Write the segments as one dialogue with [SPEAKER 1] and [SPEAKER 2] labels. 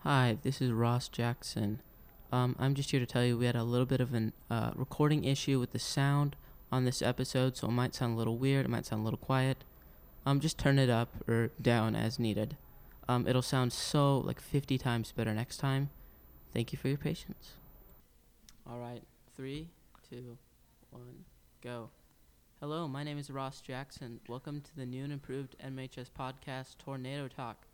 [SPEAKER 1] Hi, this is Ross Jackson. Um, I'm just here to tell you we had a little bit of an uh, recording issue with the sound on this episode, so it might sound a little weird. It might sound a little quiet. Um, just turn it up or down as needed. Um, it'll sound so like 50 times better next time. Thank you for your patience. All right, three, two, one, go. Hello, my name is Ross Jackson. Welcome to the new and improved MHS podcast, Tornado Talk.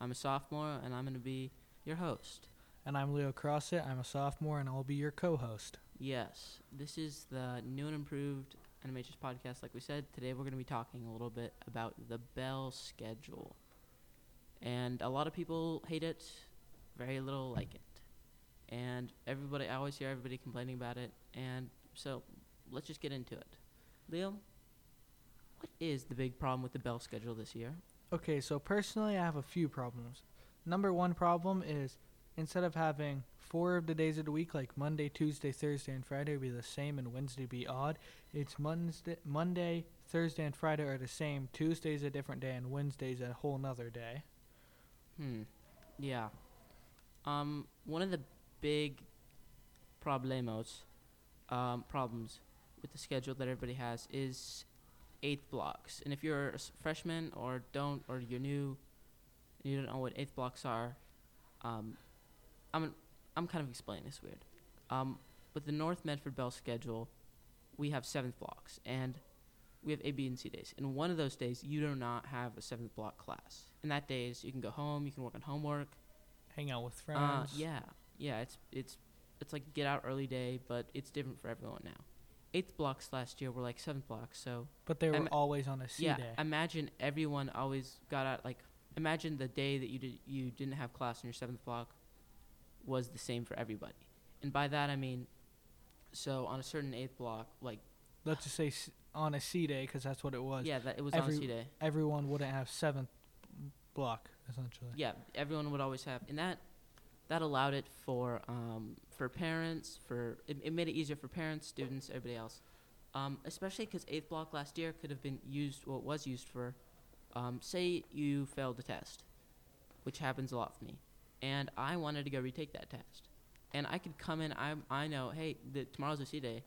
[SPEAKER 1] I'm a sophomore and I'm going to be your host.
[SPEAKER 2] And I'm Leo Crossett. I'm a sophomore, and I'll be your co-host.
[SPEAKER 1] Yes, this is the new and improved NMHS podcast. Like we said, today we're going to be talking a little bit about the bell schedule. And a lot of people hate it, very little like it. And everybody, I always hear everybody complaining about it. And so let's just get into it. Leo, what is the big problem with the bell schedule this year?
[SPEAKER 2] Okay, so personally, I have a few problems. Number one problem is instead of having four of the days of the week, like Monday, Tuesday, Thursday, and Friday, be the same, and Wednesday be odd, it's Monday, Monday, Thursday, and Friday are the same. Tuesday's a different day, and Wednesday's a whole nother day.
[SPEAKER 1] Hmm. Yeah. Um. One of the big problemos, um, problems with the schedule that everybody has is eighth blocks. And if you're a s- freshman or don't or you're new, and you don't know what eighth blocks are, um, I'm I'm kind of explaining this weird. Um, with the North Medford Bell schedule, we have seventh blocks and we have A, B, and C days. And one of those days, you do not have a seventh block class. And that day is you can go home, you can work on homework.
[SPEAKER 2] Hang out with
[SPEAKER 1] Uh,
[SPEAKER 2] friends.
[SPEAKER 1] yeah, yeah. It's it's it's like get out early day, but it's different for everyone now. Eighth blocks last year were like seventh blocks, so
[SPEAKER 2] But they were
[SPEAKER 1] I'm-
[SPEAKER 2] always on a C
[SPEAKER 1] yeah.
[SPEAKER 2] day.
[SPEAKER 1] Imagine everyone always got out like imagine the day that you did you didn't have class in your seventh block was the same for everybody, and by that I mean, so on a certain eighth block, like
[SPEAKER 2] Let's just say s- on a C day, because that's what it was.
[SPEAKER 1] yeah, that it was on
[SPEAKER 2] every-
[SPEAKER 1] a C day.
[SPEAKER 2] Everyone wouldn't have seventh block, essentially.
[SPEAKER 1] yeah, everyone would always have, and that that allowed it for um, for parents, for it, it made it easier for parents, students, everybody else, um, especially because eighth block last year could have been used, well, it was used for, um, say you failed a test, which happens a lot for me, and I wanted to go retake that test, and I could come in, I I know, hey, the, tomorrow's a C day,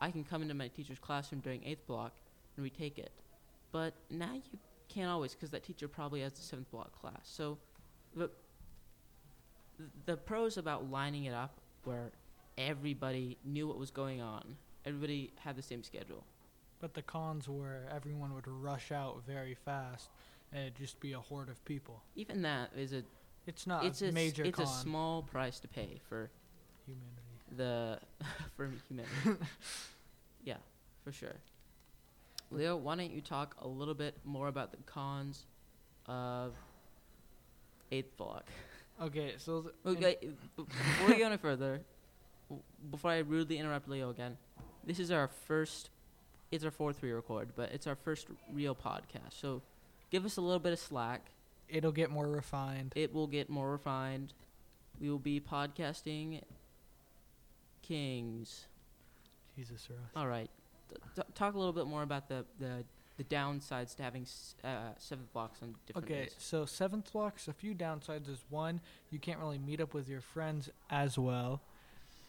[SPEAKER 1] I can come into my teacher's classroom during eighth block and retake it, but now you can't always because that teacher probably has the seventh block class, so th- the pros about lining it up were everybody knew what was going on. Everybody had the same schedule.
[SPEAKER 2] But the cons were everyone would rush out very fast, and it'd just be a horde of people.
[SPEAKER 1] Even that is a
[SPEAKER 2] It's not
[SPEAKER 1] it's a
[SPEAKER 2] a
[SPEAKER 1] s-
[SPEAKER 2] Uh, major
[SPEAKER 1] it's
[SPEAKER 2] con.
[SPEAKER 1] a small price to pay for
[SPEAKER 2] humanity.
[SPEAKER 1] the for humanity. yeah, for sure. Leo, why don't you talk a little bit more about the cons of eighth block?
[SPEAKER 2] Okay, so th- and-
[SPEAKER 1] Okay, b- before we go any further, w- before I rudely interrupt Leo again, this is our first. It's our fourth we record, but it's our first real podcast. So, give us a little bit of slack.
[SPEAKER 2] it'll get more refined.
[SPEAKER 1] It will get more refined. We will be podcasting kings.
[SPEAKER 2] Jesus, Ross.
[SPEAKER 1] All right, T- t- talk a little bit more about the the, the downsides to having s- uh, seven blocks on different
[SPEAKER 2] Okay,
[SPEAKER 1] days.
[SPEAKER 2] so seventh blocks. A few downsides is one, you can't really meet up with your friends as well.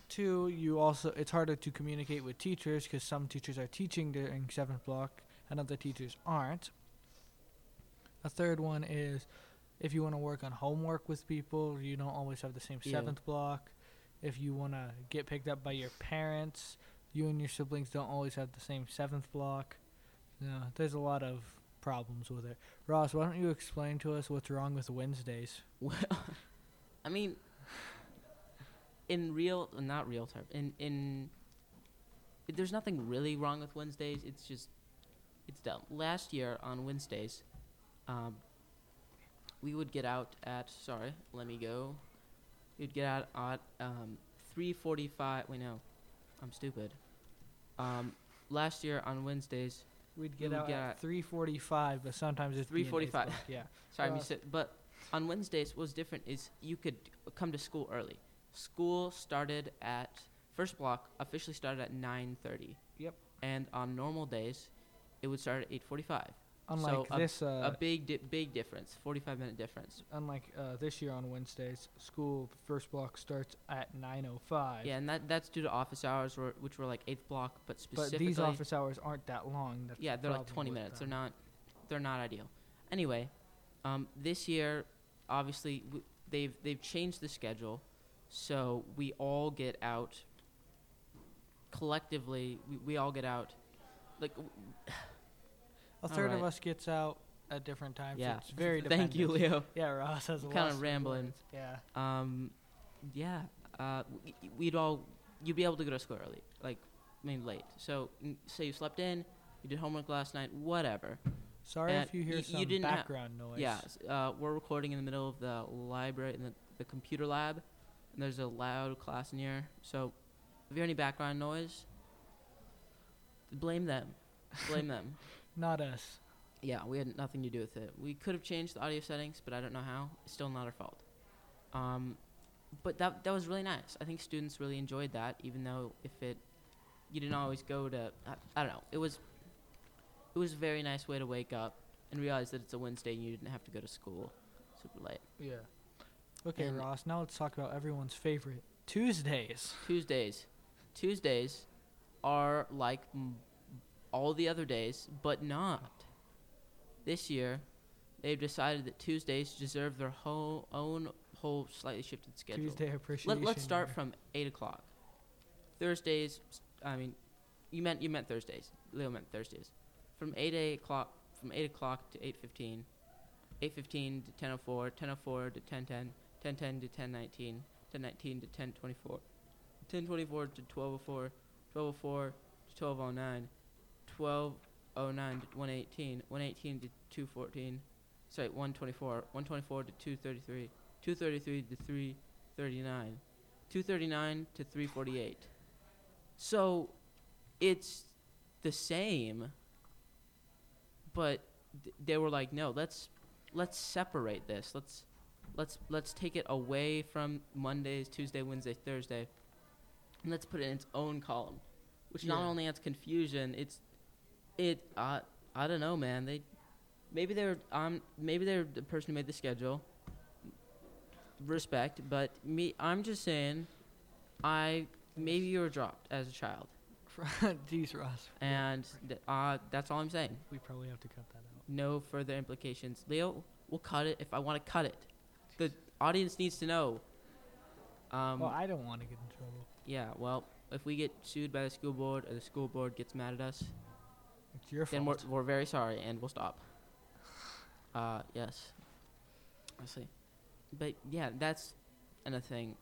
[SPEAKER 2] Two, you also it's harder to communicate with teachers because some teachers are teaching during seventh block and other teachers aren't. A third one is if you want to work on homework with people, you don't always have the same
[SPEAKER 1] Yeah.
[SPEAKER 2] seventh block. If you want to get picked up by your parents, you and your siblings don't always have the same seventh block. No, there's a lot of problems with it. Ross, why don't you explain to us what's wrong with Wednesdays?
[SPEAKER 1] Well, I mean, in real, not real term, in in, there's nothing really wrong with Wednesdays. It's just, it's dumb. Last year on Wednesdays, um, we would get out at sorry, let me go. We'd get out at um, three forty-five. Wait, no, I'm stupid. Um, last year on Wednesdays,
[SPEAKER 2] We'd
[SPEAKER 1] get
[SPEAKER 2] get
[SPEAKER 1] We
[SPEAKER 2] out
[SPEAKER 1] out at
[SPEAKER 2] at 3:45, but sometimes it's
[SPEAKER 1] 3:45.
[SPEAKER 2] Yeah.
[SPEAKER 1] Sorry,
[SPEAKER 2] Uh,
[SPEAKER 1] Miss. But on Wednesdays, what was different is you could come to school early. School started at first block officially started at 9:30.
[SPEAKER 2] Yep.
[SPEAKER 1] And on normal days, it would start at 8:45.
[SPEAKER 2] Unlike
[SPEAKER 1] a-
[SPEAKER 2] this, uh,
[SPEAKER 1] a big, di- big difference. Forty-five minute difference.
[SPEAKER 2] unlike uh, this year on Wednesdays, school first block starts at 9:05.
[SPEAKER 1] Yeah, and that that's due to office hours, were, which were like eighth block, but
[SPEAKER 2] But
[SPEAKER 1] specifically.
[SPEAKER 2] these office hours aren't that long. That's
[SPEAKER 1] yeah,
[SPEAKER 2] the
[SPEAKER 1] they're like
[SPEAKER 2] problem
[SPEAKER 1] twenty
[SPEAKER 2] with
[SPEAKER 1] minutes.
[SPEAKER 2] them.
[SPEAKER 1] They're not, they're not ideal. Anyway, um, this year, obviously, w- they've they've changed the schedule, so we all get out. Collectively, we, we all get out, like w-
[SPEAKER 2] A third of
[SPEAKER 1] Alright.
[SPEAKER 2] us gets out at different times.
[SPEAKER 1] yeah.
[SPEAKER 2] so it's very.
[SPEAKER 1] Thank you,
[SPEAKER 2] dependent.
[SPEAKER 1] Leo.
[SPEAKER 2] Yeah, Ross has a
[SPEAKER 1] I'm
[SPEAKER 2] lot.
[SPEAKER 1] kinda
[SPEAKER 2] of
[SPEAKER 1] rambling.
[SPEAKER 2] words. Yeah.
[SPEAKER 1] Um, yeah, uh, w- y- we'd all you'd be able to go to school early, like I mean late. So n- say you slept in, you did homework last night, whatever.
[SPEAKER 2] Sorry
[SPEAKER 1] Uh,
[SPEAKER 2] if you hear
[SPEAKER 1] y- you
[SPEAKER 2] some
[SPEAKER 1] didn't ha-
[SPEAKER 2] background noise.
[SPEAKER 1] Yeah, s- uh, we're recording in the middle of the library in the, the computer lab, and there's a loud class in here. So if you hear any background noise, blame them. Blame them.
[SPEAKER 2] Not us.
[SPEAKER 1] Yeah, we had nothing to do with it. We could have changed the audio settings, but I don't know how. It's still not our fault. Um, but that that was really nice. I think students really enjoyed that, even though if it you didn't always go to I, I don't know. It was it was a very nice way to wake up and realize that it's a Wednesday and you didn't have to go to school super late.
[SPEAKER 2] Yeah. Okay,
[SPEAKER 1] And-
[SPEAKER 2] Ross. Now let's talk about everyone's favorite Tuesdays.
[SPEAKER 1] Tuesdays, Tuesdays are like m- all the other days, but not. This year, they've decided that Tuesdays deserve their whole own whole slightly shifted schedule.
[SPEAKER 2] Tuesday appreciation.
[SPEAKER 1] Let, let's start
[SPEAKER 2] Year.
[SPEAKER 1] from eight o'clock. Thursdays, s- I mean, you meant you meant Thursdays. Leo meant Thursdays. From eight eight o'clock, from eight o'clock to eight fifteen, eight fifteen to ten o four, ten o four to ten ten, ten ten to ten nineteen, ten nineteen to ten twenty four, ten twenty four to twelve o four, twelve o four to twelve o nine, twelve o nine to one eighteen, one eighteen to two fourteen, sorry one twenty four, one twenty four to two thirty three, two thirty three to three thirty nine. 239 to 348. So it's the same, but th- they were like, no, let's let's separate this. Let's let's let's take it away from Mondays, Tuesday, Wednesday, Thursday, and let's put it in its own column, which not
[SPEAKER 2] Yeah.
[SPEAKER 1] only adds confusion, it's it uh, I don't know, man. They maybe they're um maybe they're the person who made the schedule. Respect, but me, I'm just saying, I maybe you were dropped as a child,
[SPEAKER 2] Jeez, Ross.
[SPEAKER 1] and th- uh, that's all I'm saying.
[SPEAKER 2] We probably have to cut that out.
[SPEAKER 1] No further implications. Leo, we'll cut it if I want to cut it. The audience needs to know. Um,
[SPEAKER 2] well, I don't want to get in trouble.
[SPEAKER 1] yeah, well, if we get sued by the school board or the school board gets mad at us,
[SPEAKER 2] It's your
[SPEAKER 1] then we're,
[SPEAKER 2] fault.
[SPEAKER 1] we're very sorry and we'll stop. Uh, yes. I see. But yeah, that's another thing.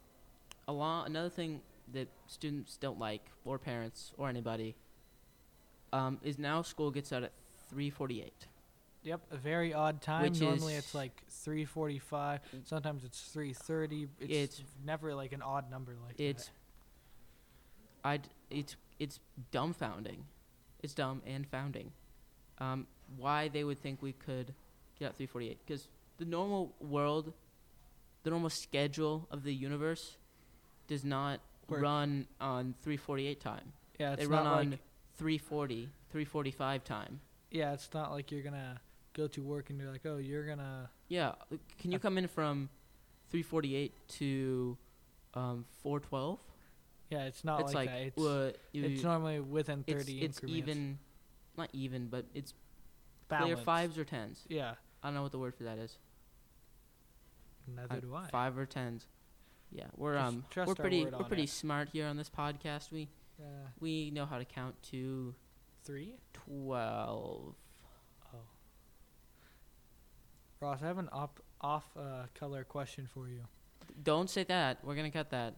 [SPEAKER 1] A lo- another thing that students don't like, or parents, or anybody, um, is now school gets out at 3:48.
[SPEAKER 2] Yep, a very odd time.
[SPEAKER 1] Which
[SPEAKER 2] Normally
[SPEAKER 1] is- Mm.
[SPEAKER 2] it's like 3:45. Sometimes it's 3:30. It's,
[SPEAKER 1] It's-
[SPEAKER 2] never like an odd number like
[SPEAKER 1] It's,
[SPEAKER 2] that.
[SPEAKER 1] I'd, it's, it's dumbfounding. It's dumb and founding. Um, why they would think we could get out 3:48? Because the normal world, the normal schedule of the universe, does not
[SPEAKER 2] Work.
[SPEAKER 1] run on 3:48 time.
[SPEAKER 2] Yeah, it's
[SPEAKER 1] they run
[SPEAKER 2] not
[SPEAKER 1] on
[SPEAKER 2] like
[SPEAKER 1] 3:40, 3:45 time.
[SPEAKER 2] yeah, it's not like you're gonna go to work and you're like, oh, you're gonna
[SPEAKER 1] Yeah, uh, can you
[SPEAKER 2] Uh,
[SPEAKER 1] come in from 3:48 to um, 4:12?
[SPEAKER 2] yeah. It's not
[SPEAKER 1] it's
[SPEAKER 2] like,
[SPEAKER 1] like,
[SPEAKER 2] that. It's,
[SPEAKER 1] uh, you-
[SPEAKER 2] it's normally within 30
[SPEAKER 1] it's, it's
[SPEAKER 2] increments.
[SPEAKER 1] even, not even, but it's clear
[SPEAKER 2] Balanced.
[SPEAKER 1] fives or tens.
[SPEAKER 2] Yeah.
[SPEAKER 1] I don't know what the word for that is.
[SPEAKER 2] Neither
[SPEAKER 1] I-
[SPEAKER 2] do I.
[SPEAKER 1] Five or tens. Yeah, we're
[SPEAKER 2] Just
[SPEAKER 1] um
[SPEAKER 2] trust
[SPEAKER 1] we're
[SPEAKER 2] our
[SPEAKER 1] pretty
[SPEAKER 2] word
[SPEAKER 1] we're
[SPEAKER 2] on
[SPEAKER 1] pretty
[SPEAKER 2] it.
[SPEAKER 1] smart here on this podcast. We
[SPEAKER 2] Uh,
[SPEAKER 1] we know how to count to
[SPEAKER 2] three.
[SPEAKER 1] twelve.
[SPEAKER 2] Oh. Ross, I have an op- off uh, color question for you.
[SPEAKER 1] Don't say that. We're gonna cut that.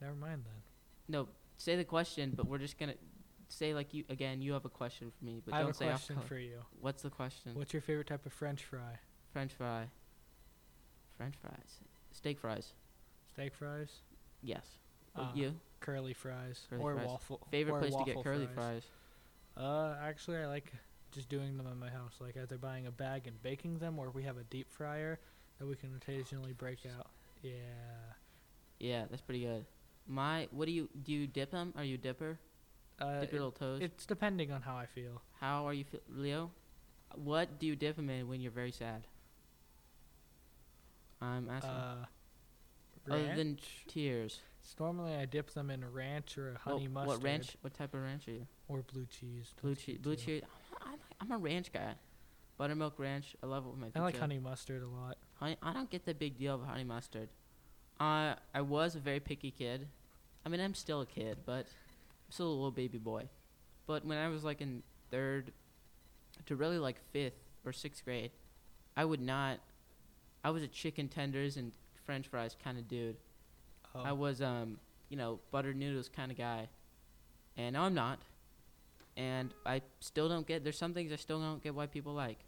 [SPEAKER 2] Never mind then.
[SPEAKER 1] No, say the question, but we're just gonna say like you again. You have a question for me, but
[SPEAKER 2] I
[SPEAKER 1] don't
[SPEAKER 2] have a
[SPEAKER 1] say off
[SPEAKER 2] question
[SPEAKER 1] color.
[SPEAKER 2] for you.
[SPEAKER 1] What's the question?
[SPEAKER 2] What's your favorite type of French fry?
[SPEAKER 1] French fry. French fries. Steak fries.
[SPEAKER 2] Steak fries,
[SPEAKER 1] Yes.
[SPEAKER 2] Uh,
[SPEAKER 1] What you
[SPEAKER 2] curly fries,
[SPEAKER 1] Oh, Curly
[SPEAKER 2] or
[SPEAKER 1] fries.
[SPEAKER 2] waffle.
[SPEAKER 1] favorite
[SPEAKER 2] or
[SPEAKER 1] place to
[SPEAKER 2] waffle
[SPEAKER 1] get curly
[SPEAKER 2] fries.
[SPEAKER 1] fries.
[SPEAKER 2] Uh, actually, I like just doing them at my house. Like either buying a bag and baking them, or we have a deep fryer that we can occasionally break out. Yeah,
[SPEAKER 1] Yeah, that's pretty good. My, what do you do? You dip them? Are you a dipper?
[SPEAKER 2] uh,
[SPEAKER 1] dip your
[SPEAKER 2] it-
[SPEAKER 1] little toes.
[SPEAKER 2] it's depending on how I feel.
[SPEAKER 1] How are you, feel- Leo? What do you dip them in when you're very sad? I'm asking.
[SPEAKER 2] Uh,
[SPEAKER 1] Other than
[SPEAKER 2] ranch?
[SPEAKER 1] tears.
[SPEAKER 2] It's normally I dip them in a ranch or a
[SPEAKER 1] What-
[SPEAKER 2] honey
[SPEAKER 1] Oh, what,
[SPEAKER 2] mustard
[SPEAKER 1] ranch? What type of ranch are you?
[SPEAKER 2] or blue cheese.
[SPEAKER 1] Blue
[SPEAKER 2] That's
[SPEAKER 1] cheese.
[SPEAKER 2] good
[SPEAKER 1] Blue
[SPEAKER 2] too.
[SPEAKER 1] cheese. I'm, like- I'm a ranch guy. Buttermilk ranch. I love it with my
[SPEAKER 2] I
[SPEAKER 1] pizza.
[SPEAKER 2] like honey mustard a lot.
[SPEAKER 1] Honey, I don't get the big deal of honey mustard. I I was a very picky kid. I mean, I'm still a kid, but I'm still a little baby boy. But when I was like in third to really like fifth or sixth grade, I would not. I was a chicken tenders and French fries kind of dude.
[SPEAKER 2] Oh.
[SPEAKER 1] I was, um, you know, buttered noodles kind of guy, and now I'm not. And I still don't get. There's some things I still don't get why people like,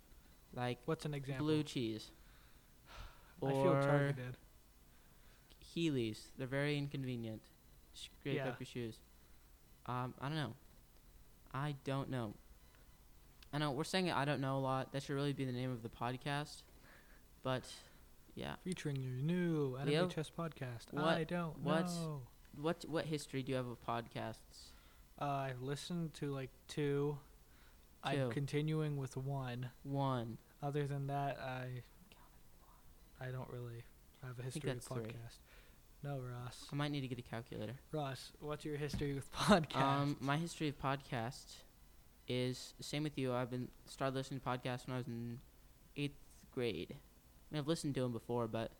[SPEAKER 1] like
[SPEAKER 2] What's an example?
[SPEAKER 1] blue cheese. Or
[SPEAKER 2] I feel targeted.
[SPEAKER 1] Heelys. They're very inconvenient. Scrape
[SPEAKER 2] Yeah.
[SPEAKER 1] up your shoes. Um, I don't know. I don't know. I know we're saying I don't know a lot. That should really be the name of the podcast. But yeah,
[SPEAKER 2] Featuring your new
[SPEAKER 1] Leo?
[SPEAKER 2] Anime Chess podcast.
[SPEAKER 1] What-
[SPEAKER 2] I don't
[SPEAKER 1] what's-
[SPEAKER 2] know.
[SPEAKER 1] what what history do you have of podcasts?
[SPEAKER 2] Uh, I've listened to like two.
[SPEAKER 1] Two.
[SPEAKER 2] I'm continuing with one.
[SPEAKER 1] One.
[SPEAKER 2] Other than that, I I don't really have a history with
[SPEAKER 1] that's three.
[SPEAKER 2] podcast. No, Ross.
[SPEAKER 1] I might need to get a calculator.
[SPEAKER 2] Ross, what's your history with podcast?
[SPEAKER 1] Um, my history of podcasts is the same with you. I've been started listening to podcasts when I was in eighth grade. I mean, I've listened to them before, but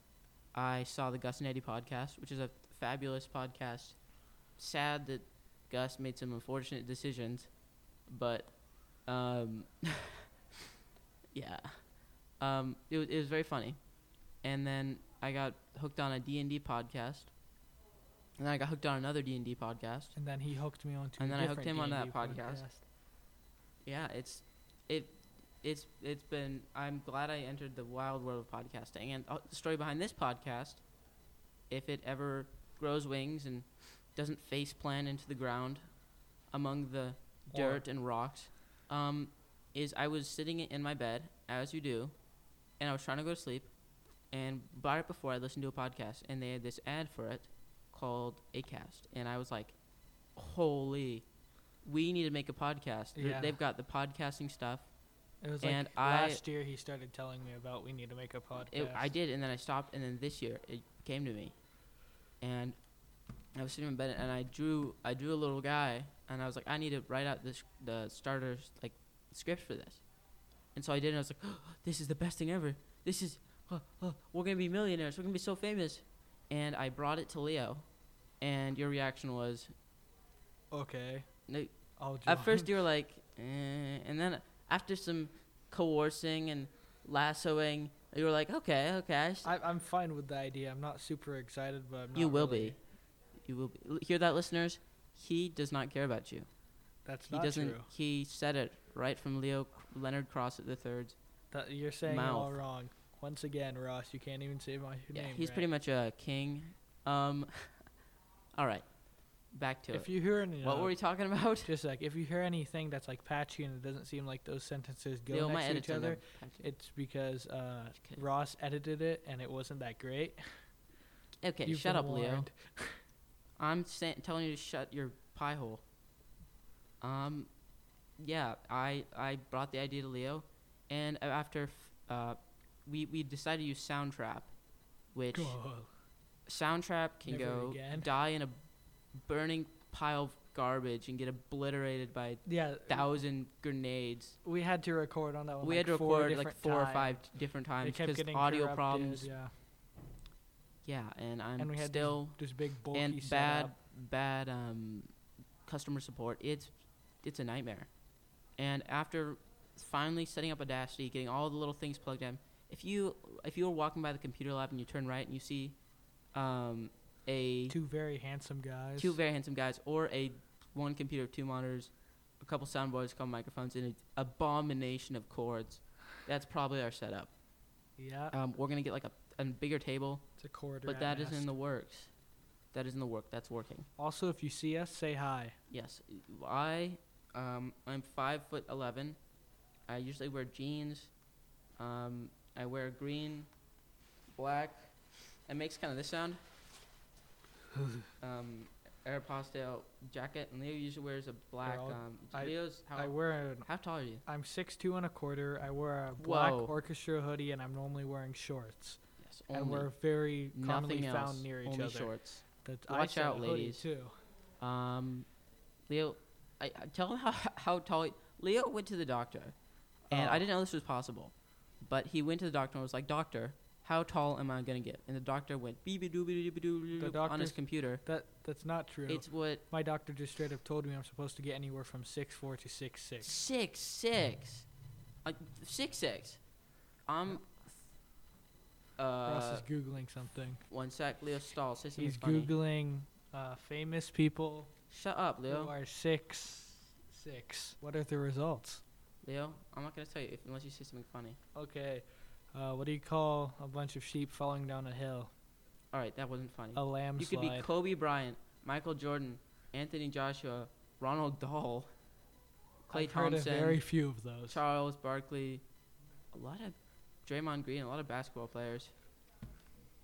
[SPEAKER 1] I saw the Gus and Eddie podcast, which is a fabulous podcast. Sad that Gus made some unfortunate decisions, but um, yeah, um, it, wa- it was very funny. And then I got hooked on a D and D podcast, and then I got hooked on another D and D podcast.
[SPEAKER 2] and then he hooked me onto.
[SPEAKER 1] And
[SPEAKER 2] a
[SPEAKER 1] then I hooked
[SPEAKER 2] different
[SPEAKER 1] him on
[SPEAKER 2] D&D
[SPEAKER 1] that podcast. Yeah, it's it it's it's been I'm glad I entered the wild world of podcasting and uh, the story behind this podcast if it ever grows wings and doesn't face plan into the ground among the
[SPEAKER 2] Or-
[SPEAKER 1] dirt and rocks um, is I was sitting in my bed as you do and I was trying to go to sleep and right before I listened to a podcast and they had this ad for it called Acast and I was like holy we need to make a podcast They're-
[SPEAKER 2] Yeah.
[SPEAKER 1] they've got the podcasting stuff
[SPEAKER 2] It was
[SPEAKER 1] And
[SPEAKER 2] like
[SPEAKER 1] I-
[SPEAKER 2] last year he started telling me about we need to make a podcast.
[SPEAKER 1] it, I did, and then I stopped, and then this year it came to me, and I was sitting in bed, and I drew, I drew a little guy, and I was like, I need to write out this, the starters like script for this, and so I did, and I was like, this is the best thing ever. This is, uh, uh, we're gonna be millionaires. We're gonna be so famous, and I brought it to Leo, and your reaction was,
[SPEAKER 2] Okay.
[SPEAKER 1] no,
[SPEAKER 2] I'll
[SPEAKER 1] at first
[SPEAKER 2] join.
[SPEAKER 1] you were like, eh, and then after some coercing and lassoing, you were like, okay, okay, I s-
[SPEAKER 2] I, I'm fine with the idea. I'm not super excited, but I'm not
[SPEAKER 1] You will
[SPEAKER 2] really-
[SPEAKER 1] be. You will be. L- Hear that, listeners? He does not care about you.
[SPEAKER 2] That's
[SPEAKER 1] He
[SPEAKER 2] not
[SPEAKER 1] doesn't.
[SPEAKER 2] true.
[SPEAKER 1] He said it right from Leo C- Leonard Cross at the third.
[SPEAKER 2] That, you're saying it all
[SPEAKER 1] mouth.
[SPEAKER 2] wrong. Once again, Ross, you can't even say my
[SPEAKER 1] Yeah,
[SPEAKER 2] name.
[SPEAKER 1] he's
[SPEAKER 2] right?
[SPEAKER 1] pretty much a king. Um, all right, back to
[SPEAKER 2] If
[SPEAKER 1] it.
[SPEAKER 2] you hear any,
[SPEAKER 1] what
[SPEAKER 2] uh,
[SPEAKER 1] were we talking about?
[SPEAKER 2] just like if you hear anything that's like patchy and it doesn't seem like those sentences go
[SPEAKER 1] Leo, my
[SPEAKER 2] next to
[SPEAKER 1] edit's
[SPEAKER 2] each
[SPEAKER 1] on
[SPEAKER 2] other,
[SPEAKER 1] them. Back
[SPEAKER 2] it's because uh,
[SPEAKER 1] to- Okay,
[SPEAKER 2] Ross edited it and it wasn't that great.
[SPEAKER 1] Okay,
[SPEAKER 2] You've
[SPEAKER 1] shut
[SPEAKER 2] been
[SPEAKER 1] up, Leo.
[SPEAKER 2] warned.
[SPEAKER 1] I'm sa- telling you to shut your pie hole. Um, yeah, I I brought the idea to Leo, and a- after f- uh, we we decided to use Soundtrap, which.
[SPEAKER 2] Go.
[SPEAKER 1] Soundtrap can
[SPEAKER 2] Never
[SPEAKER 1] go
[SPEAKER 2] again.
[SPEAKER 1] die in a burning pile of garbage and get obliterated by
[SPEAKER 2] Yeah,
[SPEAKER 1] thousand grenades.
[SPEAKER 2] we had to record on that one.
[SPEAKER 1] we
[SPEAKER 2] Oh, like
[SPEAKER 1] had to
[SPEAKER 2] four
[SPEAKER 1] record like
[SPEAKER 2] different
[SPEAKER 1] four or
[SPEAKER 2] times.
[SPEAKER 1] five different
[SPEAKER 2] It
[SPEAKER 1] times
[SPEAKER 2] kept
[SPEAKER 1] because
[SPEAKER 2] getting
[SPEAKER 1] audio
[SPEAKER 2] corrupted,
[SPEAKER 1] problems.
[SPEAKER 2] Yeah,
[SPEAKER 1] Yeah, and I'm
[SPEAKER 2] and we had
[SPEAKER 1] still
[SPEAKER 2] this, this big bulky
[SPEAKER 1] and bad
[SPEAKER 2] setup.
[SPEAKER 1] bad um, customer support. It's it's a nightmare. And after finally setting up Audacity, getting all the little things plugged in, if you if you were walking by the computer lab and you turn right and you see um, a
[SPEAKER 2] Two very handsome guys.
[SPEAKER 1] two very handsome guys, or a one computer, two monitors, a couple soundboards, a couple microphones, and an abomination of cords. That's probably our setup.
[SPEAKER 2] yeah,
[SPEAKER 1] Um, we're gonna get like a, a bigger table,
[SPEAKER 2] it's a corridor.
[SPEAKER 1] but
[SPEAKER 2] at
[SPEAKER 1] that is
[SPEAKER 2] best.
[SPEAKER 1] in the works. That is in the work. That's working.
[SPEAKER 2] Also, if you see us, say hi.
[SPEAKER 1] Yes, I um, I'm five foot eleven. I usually wear jeans. Um, I wear green, black. It makes kind of this sound. um, Aeropostale jacket, and Leo usually wears a black.
[SPEAKER 2] I'll-
[SPEAKER 1] um,
[SPEAKER 2] I-
[SPEAKER 1] Leo's how
[SPEAKER 2] I wear an,
[SPEAKER 1] how tall are you?
[SPEAKER 2] I'm six two and a quarter. I wear a black
[SPEAKER 1] Whoa.
[SPEAKER 2] orchestra hoodie, and I'm normally wearing shorts.
[SPEAKER 1] Yes,
[SPEAKER 2] and
[SPEAKER 1] only
[SPEAKER 2] we're very commonly
[SPEAKER 1] nothing else.
[SPEAKER 2] found near each
[SPEAKER 1] only
[SPEAKER 2] other.
[SPEAKER 1] shorts.
[SPEAKER 2] That I
[SPEAKER 1] Watch
[SPEAKER 2] said
[SPEAKER 1] out,
[SPEAKER 2] hoodie,
[SPEAKER 1] ladies.
[SPEAKER 2] Too.
[SPEAKER 1] Um, Leo, I, I tell him how how tall he- Leo went to the doctor, and
[SPEAKER 2] Oh.
[SPEAKER 1] I didn't know this was possible, but he went to the doctor and was like, "Doctor, how tall am I gonna get?" And the doctor went beep doop doop doop doop on his
[SPEAKER 2] doctor's-
[SPEAKER 1] computer.
[SPEAKER 2] That that's not true.
[SPEAKER 1] It's what
[SPEAKER 2] My doctor just straight up told me I'm supposed to get anywhere from six four to six six.
[SPEAKER 1] six six, like six six. I'm.
[SPEAKER 2] Ross
[SPEAKER 1] Uh,
[SPEAKER 2] is googling something.
[SPEAKER 1] one sec. Leo Stahl says something
[SPEAKER 2] He's
[SPEAKER 1] funny.
[SPEAKER 2] googling uh, famous people
[SPEAKER 1] Shut up,
[SPEAKER 2] who
[SPEAKER 1] Leo.
[SPEAKER 2] are six six. What are the results?
[SPEAKER 1] Leo, I'm not gonna tell you if, unless you say something funny.
[SPEAKER 2] Okay. Uh, what do you call a bunch of sheep falling down a hill?
[SPEAKER 1] All right, that wasn't funny.
[SPEAKER 2] A lamb
[SPEAKER 1] You could be
[SPEAKER 2] slide.
[SPEAKER 1] Kobe Bryant, Michael Jordan, Anthony Joshua, Ronald Dahl, Clay
[SPEAKER 2] I've heard of
[SPEAKER 1] Thompson,
[SPEAKER 2] very few of those.
[SPEAKER 1] Charles Barkley, a lot of Draymond Green, a lot of basketball players.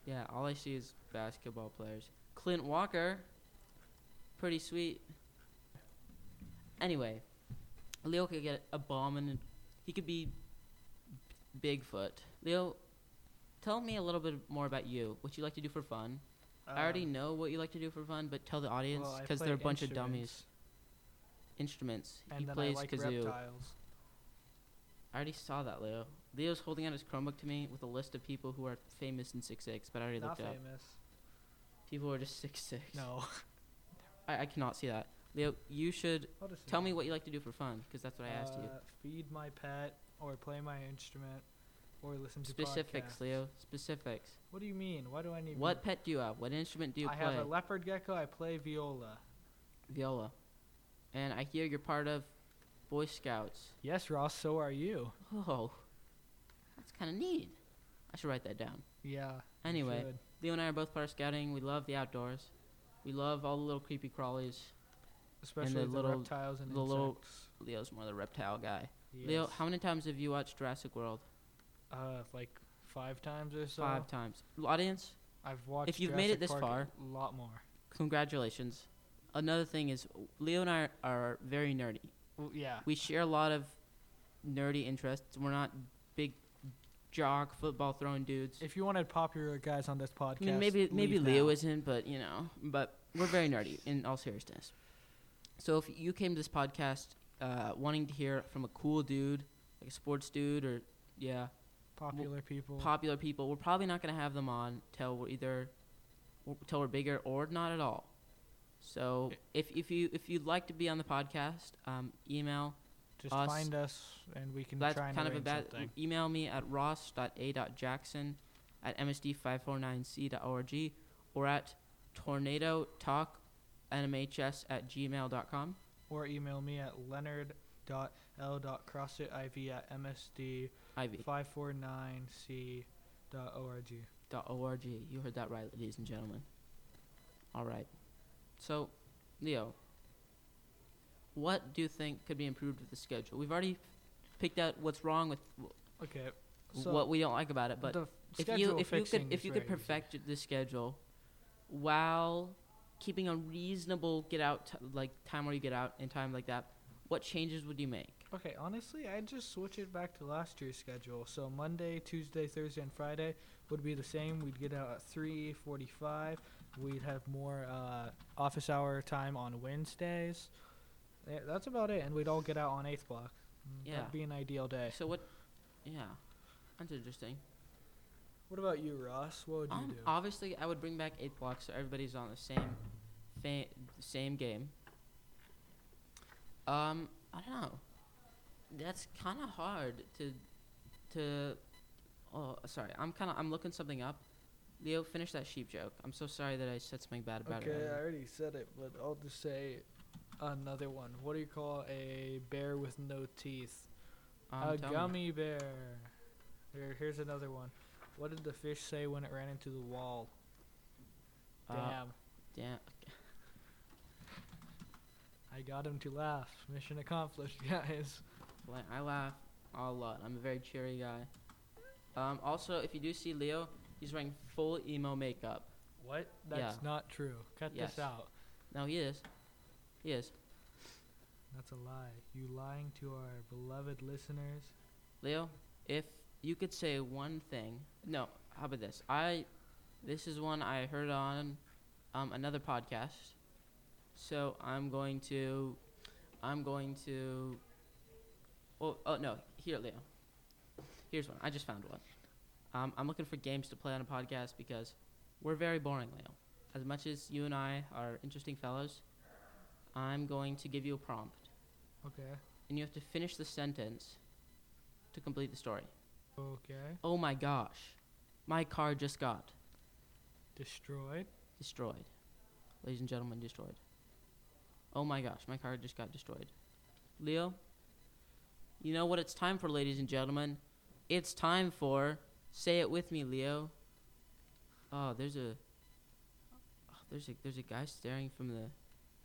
[SPEAKER 1] Yeah, all I see is basketball players. Clint Walker, pretty sweet. Anyway, Leo could get a bomb and he could be Bigfoot. Leo, tell me a little bit more about you. What you like to do for fun? I already
[SPEAKER 2] Um,
[SPEAKER 1] know what you like to do for fun, but tell the audience
[SPEAKER 2] well, I
[SPEAKER 1] because they're a
[SPEAKER 2] played
[SPEAKER 1] bunch of
[SPEAKER 2] instruments,
[SPEAKER 1] dummies. Instruments.
[SPEAKER 2] And
[SPEAKER 1] he
[SPEAKER 2] then
[SPEAKER 1] plays
[SPEAKER 2] I like
[SPEAKER 1] kazoo.
[SPEAKER 2] reptiles.
[SPEAKER 1] I already saw that, Leo. Leo's holding out his Chromebook to me with a list of people who are famous in Six Six, but I already
[SPEAKER 2] Not
[SPEAKER 1] looked up.
[SPEAKER 2] famous.
[SPEAKER 1] People who are just Six Six.
[SPEAKER 2] No.
[SPEAKER 1] I, I cannot see that. Leo, you should
[SPEAKER 2] What is his
[SPEAKER 1] tell me
[SPEAKER 2] name?
[SPEAKER 1] what you like to do for fun because that's what I asked you.
[SPEAKER 2] Uh, Feed my pet, or play my instrument, or listen to
[SPEAKER 1] Specifics,
[SPEAKER 2] podcasts.
[SPEAKER 1] Leo. Specifics.
[SPEAKER 2] What do you mean? Why do I need
[SPEAKER 1] What
[SPEAKER 2] more-
[SPEAKER 1] pet do you have? What instrument do you
[SPEAKER 2] I
[SPEAKER 1] play?
[SPEAKER 2] have a leopard gecko. I play viola.
[SPEAKER 1] Viola. And I hear you're part of Boy Scouts.
[SPEAKER 2] Yes, Ross. So are you.
[SPEAKER 1] Oh, that's kind of neat. I should write that down.
[SPEAKER 2] Yeah. you
[SPEAKER 1] Anyway,
[SPEAKER 2] should.
[SPEAKER 1] Leo and I are both part of scouting. We love the outdoors. We love all the little creepy crawlies.
[SPEAKER 2] especially the,
[SPEAKER 1] little-
[SPEAKER 2] reptiles and
[SPEAKER 1] the little-
[SPEAKER 2] insects.
[SPEAKER 1] Leo's more the reptile guy.
[SPEAKER 2] Yes.
[SPEAKER 1] Leo, how many times have you watched Jurassic World?
[SPEAKER 2] uh, like five times or so.
[SPEAKER 1] Five times. Audience,
[SPEAKER 2] I've watched.
[SPEAKER 1] you've made it
[SPEAKER 2] Jurassic
[SPEAKER 1] this
[SPEAKER 2] Park
[SPEAKER 1] far-
[SPEAKER 2] a lot more.
[SPEAKER 1] congratulations. Another thing is, Leo and I are very nerdy.
[SPEAKER 2] Well, yeah.
[SPEAKER 1] We share a lot of nerdy interests. We're not big jock football throwing dudes.
[SPEAKER 2] If you wanted popular guys on this podcast,
[SPEAKER 1] I mean, maybe maybe
[SPEAKER 2] leave
[SPEAKER 1] Leo
[SPEAKER 2] now.
[SPEAKER 1] isn't, but you know, but we're very nerdy in all seriousness. So if you came to this podcast uh, wanting to hear from a cool dude, like a sports dude, or yeah,
[SPEAKER 2] popular people.
[SPEAKER 1] popular people, we're probably not gonna have them on till we're either till we're bigger or not at all.
[SPEAKER 2] Eh.
[SPEAKER 1] So if if you if you'd like to be on the podcast, um, email
[SPEAKER 2] Just
[SPEAKER 1] us-
[SPEAKER 2] find us, and we can
[SPEAKER 1] that's
[SPEAKER 2] try and
[SPEAKER 1] kind of a
[SPEAKER 2] arrange
[SPEAKER 1] bad.
[SPEAKER 2] something.
[SPEAKER 1] Email me at ross.a.jackson at msd549c.org or at tornado talk nmhs at gmail.com.
[SPEAKER 2] or email me at leonard.l.crossitiv at
[SPEAKER 1] Ivy
[SPEAKER 2] msd549c.org.
[SPEAKER 1] dot org. You heard that right, ladies and gentlemen. All right. So, Leo, what do you think could be improved with the schedule? We've already picked out what's wrong with
[SPEAKER 2] Okay.
[SPEAKER 1] w
[SPEAKER 2] So
[SPEAKER 1] what we don't like about it, but
[SPEAKER 2] the
[SPEAKER 1] if you
[SPEAKER 2] schedule
[SPEAKER 1] if you could
[SPEAKER 2] fixing
[SPEAKER 1] if
[SPEAKER 2] is
[SPEAKER 1] you could
[SPEAKER 2] very easy.
[SPEAKER 1] perfect the schedule while keeping a reasonable get out t- like time where you get out and time like that, what changes would you make?
[SPEAKER 2] Okay, honestly, I'd just switch it back to last year's schedule. So Monday, Tuesday, Thursday, and Friday would be the same. We'd get out at 3:45. We'd have more uh, office hour time on Wednesdays. Yeah, that's about it, and we'd all get out on eighth block. Mm,
[SPEAKER 1] Yeah.
[SPEAKER 2] That'd be an ideal day.
[SPEAKER 1] So what? Yeah, that's interesting.
[SPEAKER 2] What about you, Ross? What would you
[SPEAKER 1] Um,
[SPEAKER 2] do?
[SPEAKER 1] obviously, I would bring back eight blocks so everybody's on the same, fa- same game. Um, I don't know. That's kind of hard to, to. Oh, sorry. I'm kind of. I'm looking something up. Leo, finish that sheep joke. I'm so sorry that I said something bad about
[SPEAKER 2] Okay,
[SPEAKER 1] it.
[SPEAKER 2] I
[SPEAKER 1] earlier.
[SPEAKER 2] already said it, but I'll just say another one. What do you call a bear with no teeth?
[SPEAKER 1] Um,
[SPEAKER 2] a
[SPEAKER 1] tell me.
[SPEAKER 2] gummy bear. Here, here's another one. What did the fish say when it ran into the wall?
[SPEAKER 1] Uh,
[SPEAKER 2] Damn,
[SPEAKER 1] Damn.
[SPEAKER 2] I got him to laugh. Mission accomplished, guys.
[SPEAKER 1] Like, I laugh a lot. I'm a very cheery guy. Um, also, if you do see Leo, he's wearing full emo makeup.
[SPEAKER 2] What? That's
[SPEAKER 1] Yeah.
[SPEAKER 2] not true. Cut
[SPEAKER 1] Yes.
[SPEAKER 2] this out.
[SPEAKER 1] No, he is. He is.
[SPEAKER 2] That's a lie. You lying to our beloved listeners.
[SPEAKER 1] Leo, if you could say one thing, no, how about this? I, this is one I heard on, um, another podcast, so I'm going to, I'm going to, oh, oh no, here, Leo, here's one. I just found one. Um, I'm looking for games to play on a podcast because we're very boring, Leo. As much as you and I are interesting fellows, I'm going to give you a prompt,
[SPEAKER 2] Okay.
[SPEAKER 1] and you have to finish the sentence to complete the story.
[SPEAKER 2] Okay.
[SPEAKER 1] Oh my gosh, my car just got
[SPEAKER 2] Destroyed.
[SPEAKER 1] destroyed. Ladies and gentlemen, destroyed. Oh my gosh, my car just got destroyed. Leo, you know what it's time for, ladies and gentlemen? It's time for say it with me, Leo. Oh, there's a oh, there's a there's a guy staring from the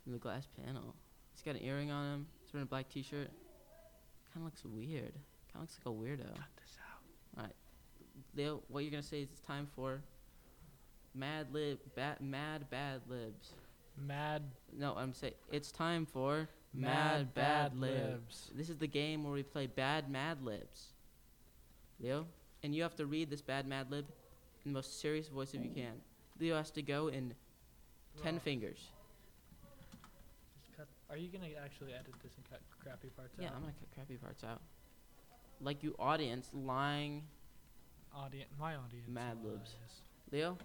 [SPEAKER 1] from the glass panel. He's got an earring on him. He's wearing a black T-shirt. Kind of looks weird. Kind of looks like a weirdo.
[SPEAKER 2] Cut this out.
[SPEAKER 1] Leo, what you're gonna say is it's time for Mad Lib, ba- Mad Bad Libs.
[SPEAKER 2] Mad.
[SPEAKER 1] No, I'm saying it's time for This is the game where we play Bad Mad Libs. Leo, and you have to read this Bad Mad Lib in the most serious voice if you can. Leo has to go in ten
[SPEAKER 2] Wrong.
[SPEAKER 1] fingers.
[SPEAKER 2] Just cut- Are you gonna actually edit this and cut crappy parts
[SPEAKER 1] Yeah,
[SPEAKER 2] out?
[SPEAKER 1] I'm gonna cut crappy parts out. Like you, audience, lying.
[SPEAKER 2] Audience. My audience.
[SPEAKER 1] Mad Libs.
[SPEAKER 2] lies.
[SPEAKER 1] Leo,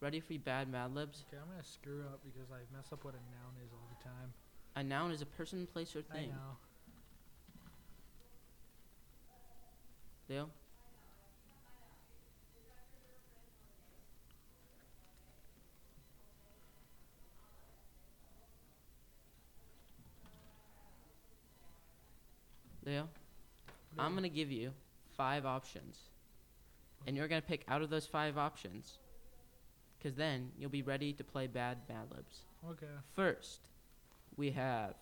[SPEAKER 1] ready for your Bad Mad Libs?
[SPEAKER 2] Okay, I'm gonna screw up because I mess up what a noun is all the time.
[SPEAKER 1] A noun is a person, place, or
[SPEAKER 2] I
[SPEAKER 1] thing.
[SPEAKER 2] know.
[SPEAKER 1] Leo. Leo, I'm going to give you five options. And you're going to pick out of those five options. Because then you'll be ready to play bad Mad Libs.
[SPEAKER 2] Okay.
[SPEAKER 1] First, we have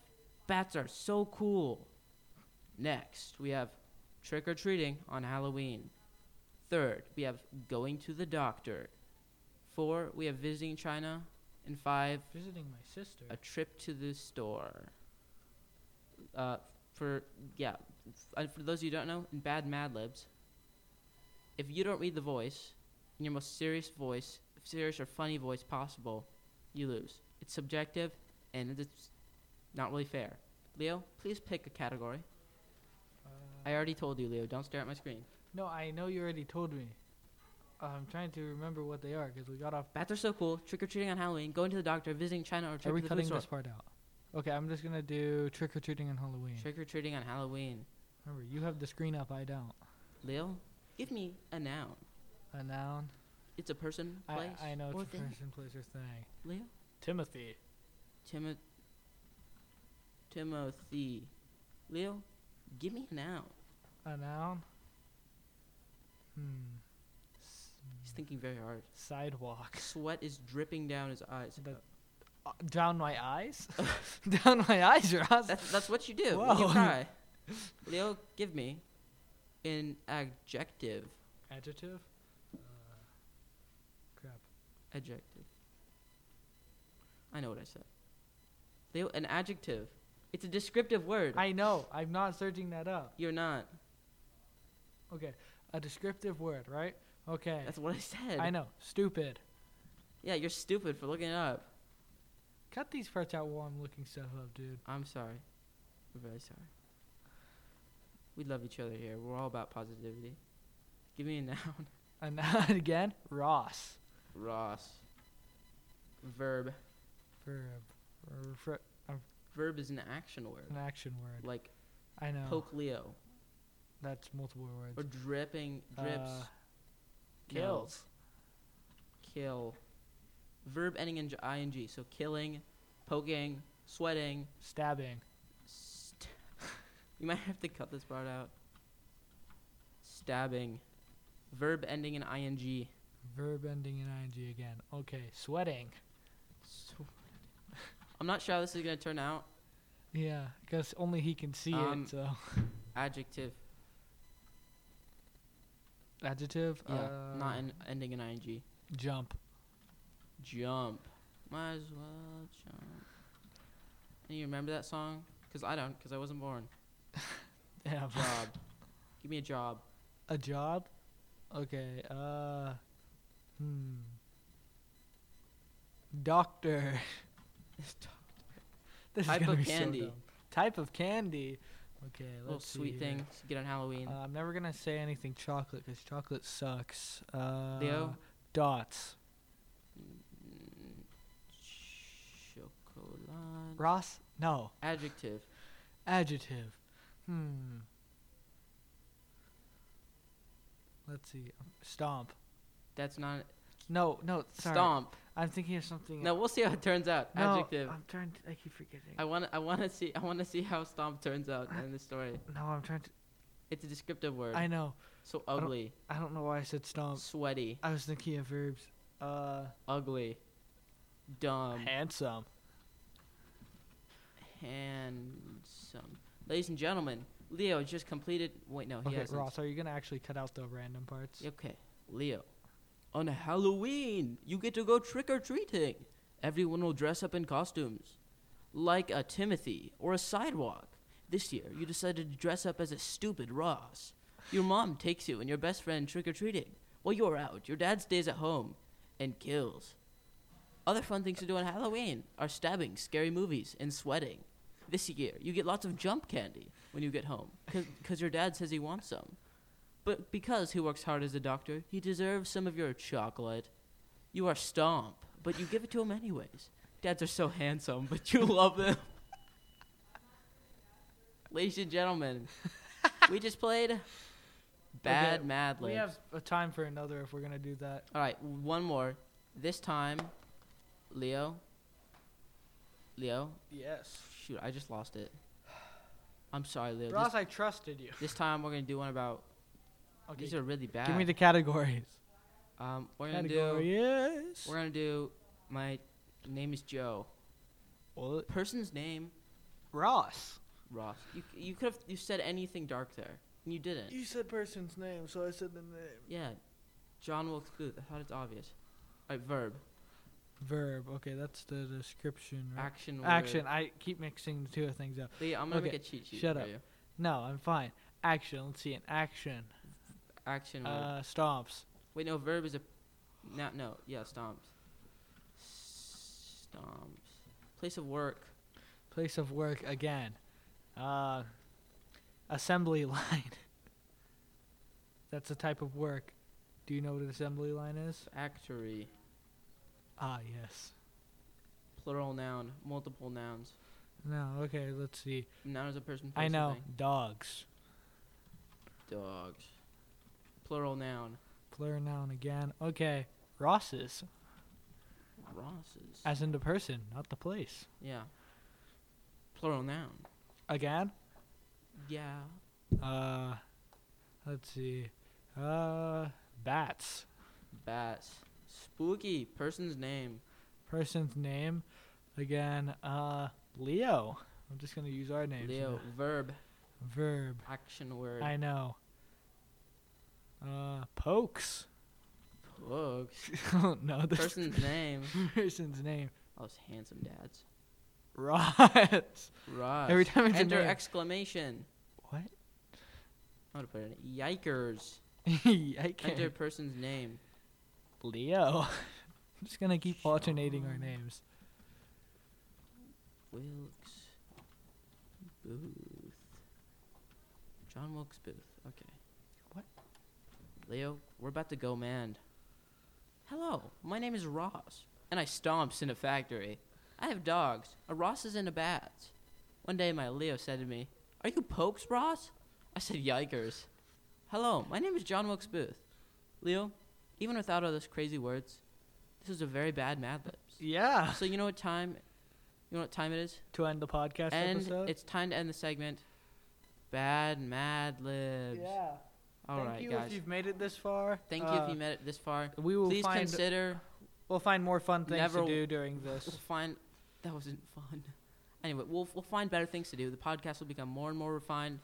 [SPEAKER 1] bats are so cool. Next, we have trick or treating on Halloween. Third, we have going to the doctor. Four, we have visiting China. And five,
[SPEAKER 2] Visiting my sister.
[SPEAKER 1] a trip to the store. Uh, for yeah, uh, for those who don't know, in Bad Mad Libs, if you don't read the voice in your most serious voice, serious or funny voice possible, you lose. It's subjective, and it's not really fair. Leo, please pick a category.
[SPEAKER 2] Uh,
[SPEAKER 1] I already told you, Leo. Don't stare at my screen.
[SPEAKER 2] no, I know you already told me. I'm trying to remember what they are because we got off.
[SPEAKER 1] Bats are so cool. Trick or treating on Halloween. Going to the doctor. Visiting China or
[SPEAKER 2] Are
[SPEAKER 1] trip
[SPEAKER 2] we
[SPEAKER 1] to the food
[SPEAKER 2] cutting
[SPEAKER 1] store.
[SPEAKER 2] this part out? Okay, I'm just gonna do trick or treating on Halloween.
[SPEAKER 1] Trick or treating on Halloween.
[SPEAKER 2] Remember, you have the screen up. I don't.
[SPEAKER 1] Leo, give me a noun.
[SPEAKER 2] A noun.
[SPEAKER 1] It's a person,
[SPEAKER 2] I,
[SPEAKER 1] place,
[SPEAKER 2] I know
[SPEAKER 1] or
[SPEAKER 2] it's a
[SPEAKER 1] thing.
[SPEAKER 2] person, place, or thing.
[SPEAKER 1] Leo?
[SPEAKER 2] Timothy.
[SPEAKER 1] Timo- Timothy. Leo, give me a noun.
[SPEAKER 2] A noun. Hmm. S-
[SPEAKER 1] He's thinking very hard.
[SPEAKER 2] Sidewalk.
[SPEAKER 1] Sweat is dripping down his eyes.
[SPEAKER 2] That- Uh, down my eyes. down my eyes, Ross.
[SPEAKER 1] That's, that's what you do when you
[SPEAKER 2] Whoa.
[SPEAKER 1] cry. Leo, give me an adjective.
[SPEAKER 2] Adjective. Uh, crap.
[SPEAKER 1] Adjective. I know what I said. Leo, an adjective. It's a descriptive word.
[SPEAKER 2] I know. I'm not searching that up.
[SPEAKER 1] You're not.
[SPEAKER 2] Okay. A descriptive word, right? Okay.
[SPEAKER 1] That's what I said.
[SPEAKER 2] I know. Stupid.
[SPEAKER 1] Yeah, you're stupid for looking it up.
[SPEAKER 2] Cut these parts out while I'm looking stuff up, dude.
[SPEAKER 1] I'm sorry. We're very sorry. We love each other here. We're all about positivity. Give me a noun.
[SPEAKER 2] A noun again. Ross.
[SPEAKER 1] Ross. Verb.
[SPEAKER 2] Verb. Or fr-
[SPEAKER 1] Verb is an action word.
[SPEAKER 2] an action word.
[SPEAKER 1] Like
[SPEAKER 2] I know.
[SPEAKER 1] poke Leo.
[SPEAKER 2] That's multiple words.
[SPEAKER 1] Or dripping drips.
[SPEAKER 2] Uh,
[SPEAKER 1] kill. Kill. Verb ending in j- ing. So killing, poking, sweating.
[SPEAKER 2] Stabbing.
[SPEAKER 1] St- you might have to cut this part out. Stabbing. Verb ending in ing.
[SPEAKER 2] Verb ending in ing again. Okay. Sweating.
[SPEAKER 1] I'm not sure how this is gonna turn out.
[SPEAKER 2] Yeah, because only he can see
[SPEAKER 1] Um,
[SPEAKER 2] it. So
[SPEAKER 1] Adjective,
[SPEAKER 2] adjective.
[SPEAKER 1] yeah,
[SPEAKER 2] uh,
[SPEAKER 1] not in, ending in ing.
[SPEAKER 2] jump.
[SPEAKER 1] Jump. Might as well jump. And you remember that song? Because I don't, because I wasn't born.
[SPEAKER 2] Yeah.
[SPEAKER 1] Job. Give me a job.
[SPEAKER 2] A job? Okay. Uh. Hmm. Doctor. This is
[SPEAKER 1] Type
[SPEAKER 2] gonna
[SPEAKER 1] of
[SPEAKER 2] be so
[SPEAKER 1] candy.
[SPEAKER 2] dumb. Type of candy. Okay. Let's
[SPEAKER 1] Little
[SPEAKER 2] see
[SPEAKER 1] sweet
[SPEAKER 2] here.
[SPEAKER 1] things you get on Halloween.
[SPEAKER 2] Uh, I'm never gonna say anything chocolate because chocolate sucks. Uh,
[SPEAKER 1] Leo?
[SPEAKER 2] Dots.
[SPEAKER 1] Mm, Chocolate.
[SPEAKER 2] Ross. No.
[SPEAKER 1] Adjective.
[SPEAKER 2] Adjective. Hmm. Let's see. Stomp.
[SPEAKER 1] That's not
[SPEAKER 2] No, no, sorry.
[SPEAKER 1] stomp.
[SPEAKER 2] I'm thinking of something.
[SPEAKER 1] No, we'll see how it turns out.
[SPEAKER 2] No,
[SPEAKER 1] Adjective.
[SPEAKER 2] I'm trying to. I keep forgetting.
[SPEAKER 1] I want to. I want to see. I want to see how stomp turns out in the story.
[SPEAKER 2] no, I'm trying to.
[SPEAKER 1] It's a descriptive word.
[SPEAKER 2] I know.
[SPEAKER 1] so
[SPEAKER 2] don't-
[SPEAKER 1] ugly,
[SPEAKER 2] I don't know why I said stomp.
[SPEAKER 1] sweaty,
[SPEAKER 2] I was thinking of verbs. Uh,
[SPEAKER 1] ugly, dumb,
[SPEAKER 2] handsome.
[SPEAKER 1] handsome. Ladies and gentlemen, Leo just completed. Wait, no, he
[SPEAKER 2] Okay,
[SPEAKER 1] hasn't.
[SPEAKER 2] Ross, are you gonna actually cut out the random parts?
[SPEAKER 1] Okay, Leo. On Halloween, you get to go trick or treating. Everyone will dress up in costumes, like a Timothy or a sidewalk. This year, you decided to dress up as a stupid Ross. Your mom takes you and your best friend trick or treating. While you're out, your dad stays at home and kills. Other fun things to do on Halloween are stabbing, scary movies, and sweating. This year, you get lots of jump candy when you get home because your dad says he wants some. But because he works hard as a doctor, he deserves some of your chocolate. You are stomp, but you give it to him anyways. Dads are so handsome, but you love them. Ladies and gentlemen, we just played Bad Mad
[SPEAKER 2] We
[SPEAKER 1] Libs.
[SPEAKER 2] have a time for another if we're gonna do that.
[SPEAKER 1] All right, one more. This time, Leo. Leo,
[SPEAKER 2] Yes.
[SPEAKER 1] shoot, I just lost it. I'm sorry, Leo.
[SPEAKER 2] Ross,
[SPEAKER 1] This,
[SPEAKER 2] I trusted you.
[SPEAKER 1] this time we're gonna do one about.
[SPEAKER 2] Okay.
[SPEAKER 1] These are really bad.
[SPEAKER 2] Give me the categories.
[SPEAKER 1] Um, we're gonna do.
[SPEAKER 2] Categories.
[SPEAKER 1] We're gonna do. My name is Joe.
[SPEAKER 2] Well,
[SPEAKER 1] Person's name
[SPEAKER 2] Ross.
[SPEAKER 1] Ross. You you could have you said anything dark there, and you didn't.
[SPEAKER 2] You said person's name, so I said the name.
[SPEAKER 1] yeah, John Wilkes Booth. I thought it's obvious. All right, verb,
[SPEAKER 2] Verb. Okay, that's the description. Right?
[SPEAKER 1] action. Word.
[SPEAKER 2] Action. I keep mixing the two things up.
[SPEAKER 1] Leo, I'm gonna
[SPEAKER 2] Okay,
[SPEAKER 1] make a cheat sheet
[SPEAKER 2] shut
[SPEAKER 1] for
[SPEAKER 2] up.
[SPEAKER 1] you.
[SPEAKER 2] No, I'm fine. Action. Let's see. An action.
[SPEAKER 1] Action. word.
[SPEAKER 2] Uh, stomps.
[SPEAKER 1] Wait, no, verb is a. No, no, yeah, stomps. Stomps. Place of work.
[SPEAKER 2] Place of work again. Uh, assembly line. that's a type of work. Do you know what an assembly line is?
[SPEAKER 1] Factory.
[SPEAKER 2] Ah, yes.
[SPEAKER 1] Plural noun. Multiple nouns.
[SPEAKER 2] No. Okay. Let's see.
[SPEAKER 1] Noun is a person.
[SPEAKER 2] I
[SPEAKER 1] place, or
[SPEAKER 2] know.
[SPEAKER 1] thing.
[SPEAKER 2] Dogs.
[SPEAKER 1] Dogs. Plural noun.
[SPEAKER 2] Plural noun again. Okay. Ross's.
[SPEAKER 1] Rosses.
[SPEAKER 2] As in the person, not the place.
[SPEAKER 1] yeah. Plural noun.
[SPEAKER 2] Again?
[SPEAKER 1] Yeah.
[SPEAKER 2] Uh, let's see. Uh, bats.
[SPEAKER 1] Bats. Spooky. Person's name.
[SPEAKER 2] Person's name. Again, uh, Leo. I'm just gonna use our names.
[SPEAKER 1] Leo. Verb.
[SPEAKER 2] now. Verb.
[SPEAKER 1] Action word.
[SPEAKER 2] I know. Uh, pokes.
[SPEAKER 1] Books.
[SPEAKER 2] I don't know this
[SPEAKER 1] Person's name.
[SPEAKER 2] person's name.
[SPEAKER 1] Oh, it's handsome dads.
[SPEAKER 2] Rots.
[SPEAKER 1] Right.
[SPEAKER 2] Every time it's a
[SPEAKER 1] Enter
[SPEAKER 2] name.
[SPEAKER 1] exclamation.
[SPEAKER 2] What?
[SPEAKER 1] I'm gonna put it in yikers.
[SPEAKER 2] I can't.
[SPEAKER 1] Enter person's name.
[SPEAKER 2] Leo. I'm just gonna keep alternating our
[SPEAKER 1] Sean.
[SPEAKER 2] names.
[SPEAKER 1] Wilkes Booth. John Wilkes Booth. Okay.
[SPEAKER 2] What?
[SPEAKER 1] Leo, we're about to go manned. Hello, my name is Ross, and I stomps in a factory. I have dogs, a Ross is in a bat. One day my Leo said to me, Are you Pokes, Ross? I said, Yikers. Hello, my name is John Wilkes Booth. Leo, even without all those crazy words, this is a very bad Mad Libs.
[SPEAKER 2] Yeah.
[SPEAKER 1] So you know what time? You know what time it is?
[SPEAKER 2] To end the podcast
[SPEAKER 1] and
[SPEAKER 2] episode.
[SPEAKER 1] it's time to end the segment. Bad Mad Libs.
[SPEAKER 2] Yeah.
[SPEAKER 1] All
[SPEAKER 2] Thank
[SPEAKER 1] right,
[SPEAKER 2] you
[SPEAKER 1] guys.
[SPEAKER 2] if you've made it this far. Uh,
[SPEAKER 1] Thank you if you made it this far.
[SPEAKER 2] We will
[SPEAKER 1] Please
[SPEAKER 2] find
[SPEAKER 1] consider.
[SPEAKER 2] we'll find more fun things
[SPEAKER 1] Never
[SPEAKER 2] to
[SPEAKER 1] w-
[SPEAKER 2] do during
[SPEAKER 1] We'll
[SPEAKER 2] this.
[SPEAKER 1] find. That wasn't fun. Anyway, we'll we'll find better things to do. The podcast will become more and more refined.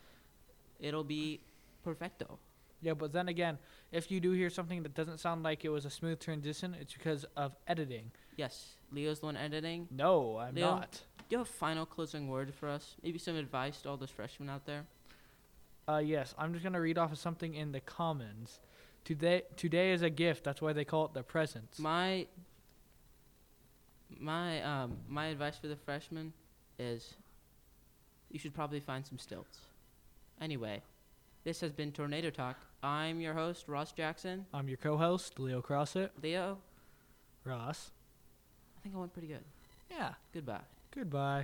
[SPEAKER 1] It'll be perfecto.
[SPEAKER 2] Yeah, but then again, if you do hear something that doesn't sound like it was a smooth transition, it's because of editing.
[SPEAKER 1] Yes, Leo's the one editing.
[SPEAKER 2] No, I'm
[SPEAKER 1] Leo?
[SPEAKER 2] not.
[SPEAKER 1] Do you have a final closing word for us? Maybe some advice to all those freshmen out there?
[SPEAKER 2] Uh, yes, I'm just gonna read off of something in the comments. Today, today is a gift. That's why they call it the presents.
[SPEAKER 1] My my um my advice for the freshmen is you should probably find some stilts. Anyway, this has been Tornado Talk. I'm your host, Ross Jackson.
[SPEAKER 2] I'm your co-host, Leo Crossett.
[SPEAKER 1] Leo,
[SPEAKER 2] Ross.
[SPEAKER 1] I think I went pretty good.
[SPEAKER 2] Yeah.
[SPEAKER 1] Goodbye.
[SPEAKER 2] Goodbye.